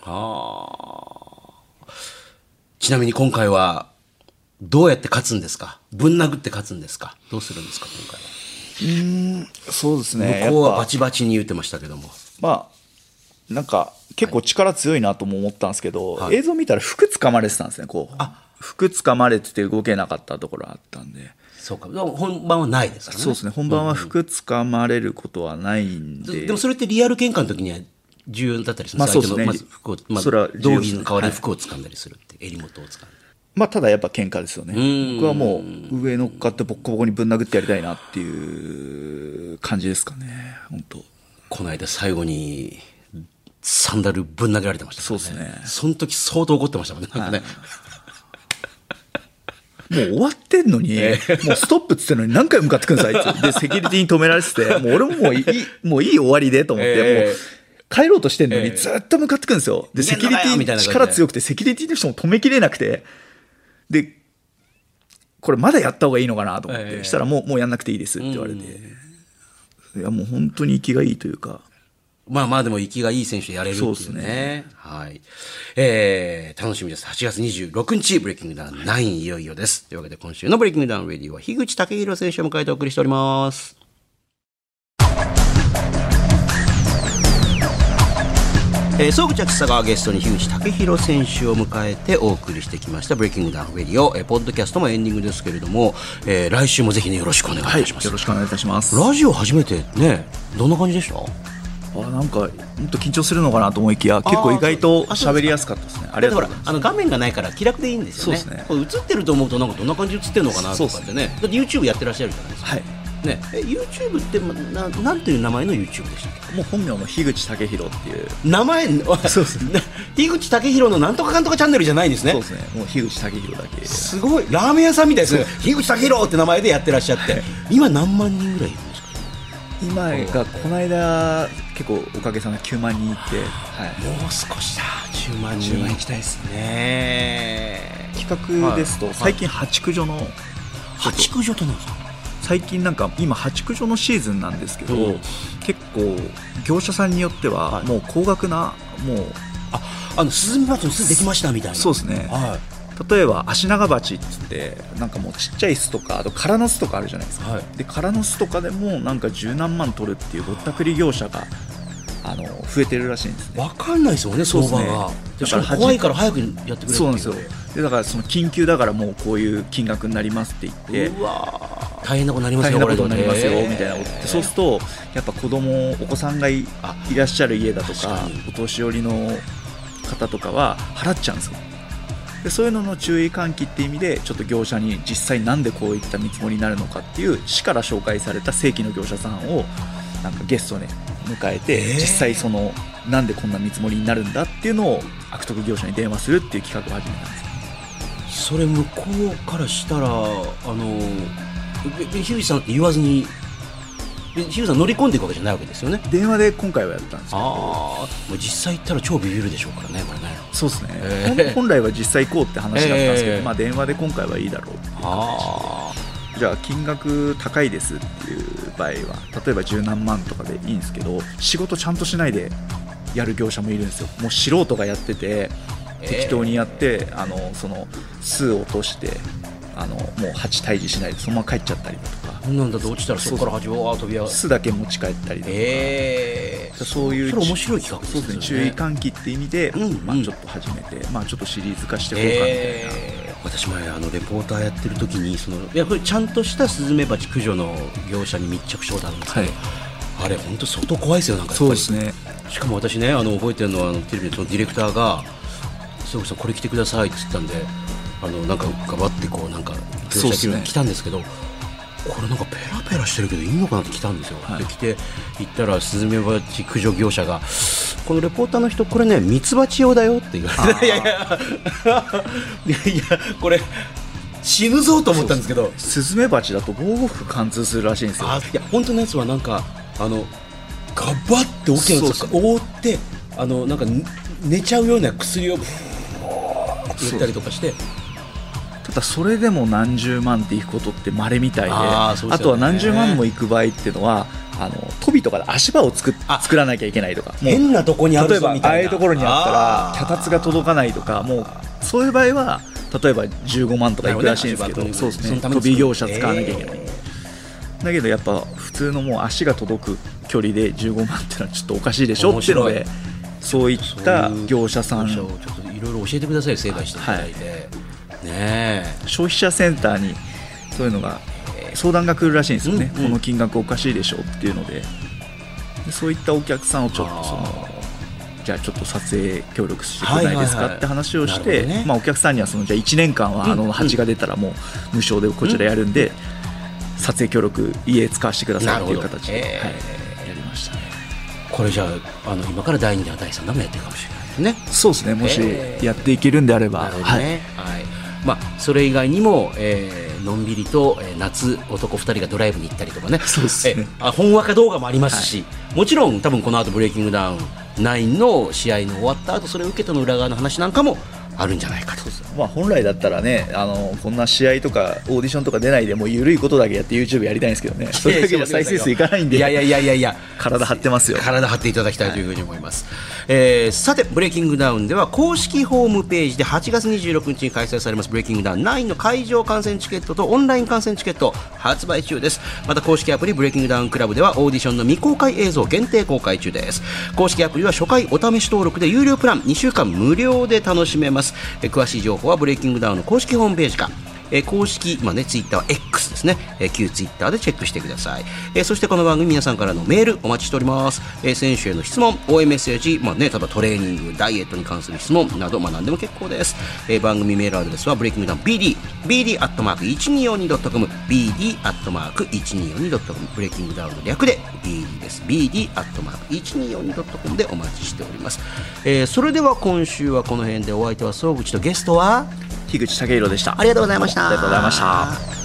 ちなみに今回は、どうやって勝つんですかぶん殴って勝つんですかどうするんですか今回は。
そうですね。
向こうは
やっ
バ
ぱ
チバチに言ってましたけども。
まあ、なんか、結構力強いなとも思ったんですけど、
はい
映像見たら服掴まれてたんですね、こう。服掴まれてて動けなかったところあったんで。
そうか。でも本番はないですからね。
そうですね、本番は服掴まれることはないん
で
で。
でもそれってリアル喧嘩の時には重要だったりするん
まあそうです
相手のま
ね
ず服を、ま
それは
あ、
重要
道
です
着
ね
の代わりに服を掴んだりするって、襟元を掴んだり。
まあ、ただやっぱ喧嘩ですよね。僕はもう上乗っかってボッコボコにぶん殴ってやりたいなっていう感じですかね。本当。
この間最後に、サンダルぶん殴られてましたから
そうですね
その時相当怒ってましたもんね。なんかね。
もう終わってんのに、もうストップっつってんのに何回向かってくんさ いって。で、セキュリティに止められてて、もう俺ももういい、もういい終わりでと思って、
ええ
もう帰ろうとしてんの
ええ
にずっと向かってくんですよ。で、セキュリテ
逃げんのかよみたいな
ィ
感じで
力強くて、セキュリティの人も止めきれなくて、で、これまだやった方がいいのかなと思って、
ええ
したらもう、もうやんなくていいですって言われて。いや、もう本当に息がいいというか。
まあまあでも、息がいい選手でやれるっていうね。
そうです
はい。えー、楽しみです。8月26日、ブレイキングダウン9、いよいよです。というわけで、今週のブレイキングダウンレディは、樋口武宏選手を迎えてお送りしております。えー、総口秋がゲストに樋口武宏選手を迎えてお送りしてきました「ブレイキングダウンレディオ」えーポッドキャストもエンディングですけれども、えー来週もぜひねよろしくお願いいたします、
よろしくお願いいたします。
ラジオ初めてねどんな感じでした
あなんか、もっと緊張するのかなと思いきや、結構意外と喋りやすかったですね。あり
だってほ
がとうご
ら
ざいます。
あの画面がないから気楽でいいんですよね
そうですね
これ映ってると思うとなんかどんな感じで映ってるのかなと
そうで
か
す
っ
ね
てねだって YouTube やってらっしゃるじゃないですか、
はい。
ね、え YouTube ってまななんという名前の YouTube でしたっ
もう本名の樋口武宏っていう。
け名前
そうです
ね 樋口武宏のなんとかかんとかチャンネルじゃないんですね
そうですね。もう樋口武宏だけ。
すごいラーメン屋さんみたいですね樋口武宏って名前でやってらっしゃって、今何万人ぐらいいるんですか
今が、この間、結構おかげさまで9万人いて、はい。
もう少しだ10万人
10万行きたいですね。
ねえ
企画ですと、最近八九所の、
八駆除となんですか
最近なんか今八九所のシーズンなんですけど、
うん
結構業者さんによっては、
はい
もう高額な、もう、
ああのスズメバチの巣できましたみたいな
そうですね。
は
例えば足長鉢っつってなんかもうちっちゃい巣とかあと空の巣とかあるじゃないですか、
はい
で空の巣とかでもなんか十何万取るっていうぼったくり業者があの増えてるらしいんです
い
ね
わかんないですもんね
そう
相
で
場
すね
がで
だ
しか
か
らも怖いから早くやってくれってい
そうなんですよでだからその緊急だからもうこういう金額になりますって言って
うわー大変なことになります
大
よ
変なことになります
こ
よ
れ
みたいなことってそうするとやっぱ子供お子さんがい
あ
いらっしゃる家だと
確か
か
に
お年寄りの方とかは払っちゃうんですよでそういうのの注意喚起って意味でちょっと業者に実際なんでこういった見積もりになるのかっていう市から紹介された正規の業者さんをなんかゲストで迎えて、
えー
実際そのなんでこんな見積もりになるんだっていうのを悪徳業者に電話するっていう企画を始めたんです
そ
よ
れ向こうからしたらあのべべ樋口さんって言わずにべ樋口さん乗り込んでいくわけじゃないわけですよね
電話で今回はやったんですよ
ああもう実際行ったら超ビビるでしょうからねこれね
そうですね、
えー
ほん本来は実際行こうって話だったんですけど、
えー
まあ、電話で今回はいいだろうっていう
ああ
じゃあ金額高いですっていう場合は例えば十何万とかでいいんですけど仕事ちゃんとしないでやる業者もいるんですよもう素人がやってて
えー
適当にやって、あのその巣を落としてあのもう蜂退治しないでそのまま帰っちゃったりだとか
こんなんだと落ちたらそこから始まる飛び上がる
巣だけ持ち帰ったりだとか、
ええ
そういう
それ面白い企画です
そう
ね
ですね
そ
注
れね
意喚起って意味で、
うん
まあ、
うん
ちょっと始めて、まあ、ちょっとシリーズ化していこうかみたいな、
えー私前あのレポーターやってる時にそのいやこれちゃんとしたスズメバチ駆除の業者に密着商談なんですけど、
はい
あれ本当相当怖いですよなんかやっぱり
そうですね
しかも私ねあの覚えてるのはあのテレビのそのディレクターが「曽口さんこれ来てください」って言ったんであのなんか頑張ってこうなんか業
そう
者
っすね
来たんですけどこれなんかペラペラしてるけどいいのかなって来たんですよ、で来て行ったらスズメバチ駆除業者がこのレポーターの人これねミツバチ用だよって言われていやいや いやこれ死ぬぞと思ったんですけど
スズメバチだと防護服貫通するらしいんですよ
あいや本当のやつはなんかあのガバッて大きなやつ
そう
が覆ってあのなんかね寝ちゃうような薬をブーって入れたりとかして
ただそれでも何十万っていくことって稀みたいで
あ
あ
ーそうですよね
とは何十万もいく場合っていうのはあのトビとかで足場を作っ
あ
作らなきゃいけないとかもう
変なとこにあ
例
る
え
ぞ
ば
み
あ
た
あ
いな
いうところにあ
あ
っ
ー
たら脚立が届かないとかもうそういう場合は例えば15万とかいくらしいんですけど
なるほ
そ
ど
う
ね
です
そ
ね
のために
飛
作る
び業者使わなきゃいけない、だけどやっぱ普通のもう足が届く距離で15万ってのはちょっとおかしいでしょっていうの
面
でそういった業者さん
そういう業者をちょっといろいろ教えてください、成敗していただいて。ねえ
消費者センターにそういうのが相談が来るらしいんですよね、
うんうん
この金額おかしいでしょっていうのででそういったお客さんをちょっとそのじゃあちょっと撮影協力してくれないです
はいはいは
か
い
って話をして、
なるほどね
まあ、お客さんにはそのじゃあ1年間はあの蜂が出たらもう無償でこちらやるんで、撮影協力家使わせてくださいっていう形
な
で、
るほど
はいやりましたね
これじゃああの今から第2弾第3弾もやっていくかもしれないですね。
そうですねもし
えー
やっていけるんであれば、
なるほど
はい
ね、はいまあ、それ以外にも、えーのんびりと、えー夏男2人がドライブに行ったりとかね
そうですね
えーあ本若動画もありますし、もちろん多分この後ブレイキングダウン9の試合の終わった後それを受けての裏側の話なんかもあるんじゃないかと。
まあ、本来だったらねあのこんな試合とかオーディションとか出ないでもう緩いことだけやって YouTube やりたいんですけどね それだけじゃ再生数いかないんで
いやいやいやいやいや
体張ってますよ
体張っていただきたいというふうに思います、えーさて「ブレイキングダウン」では公式ホームページで8月26日に開催されます「ブレイキングダウン9」の会場観戦チケットとオンライン観戦チケット発売中ですまた公式アプリ「ブレイキングダウンクラブ」ではオーディションの未公開映像限定公開中です公式アプリは初回お試し登録で有料プラン2週間無料で楽しめます、えー詳しい情報は「ブレイキングダウン」の公式ホームページかえー公式、まあね、ツイッターは X ですね、えー旧ツイッターでチェックしてください、えーそしてこの番組皆さんからのメールお待ちしております、えー選手への質問応援メッセージ、まあね、例えばトレーニングダイエットに関する質問など、まあ、何でも結構です、えー番組メールアドレスはブレイキングダウン BD BD アットマーク 1242.com BD アットマーク 1242.com ブレイキングダウンの略で BD です BD アットマーク 1242.com でお待ちしております、えーそれでは今週はこの辺でお相手は総口とゲストは
樋口武宏でした
ありがとうございました
ありがとうございました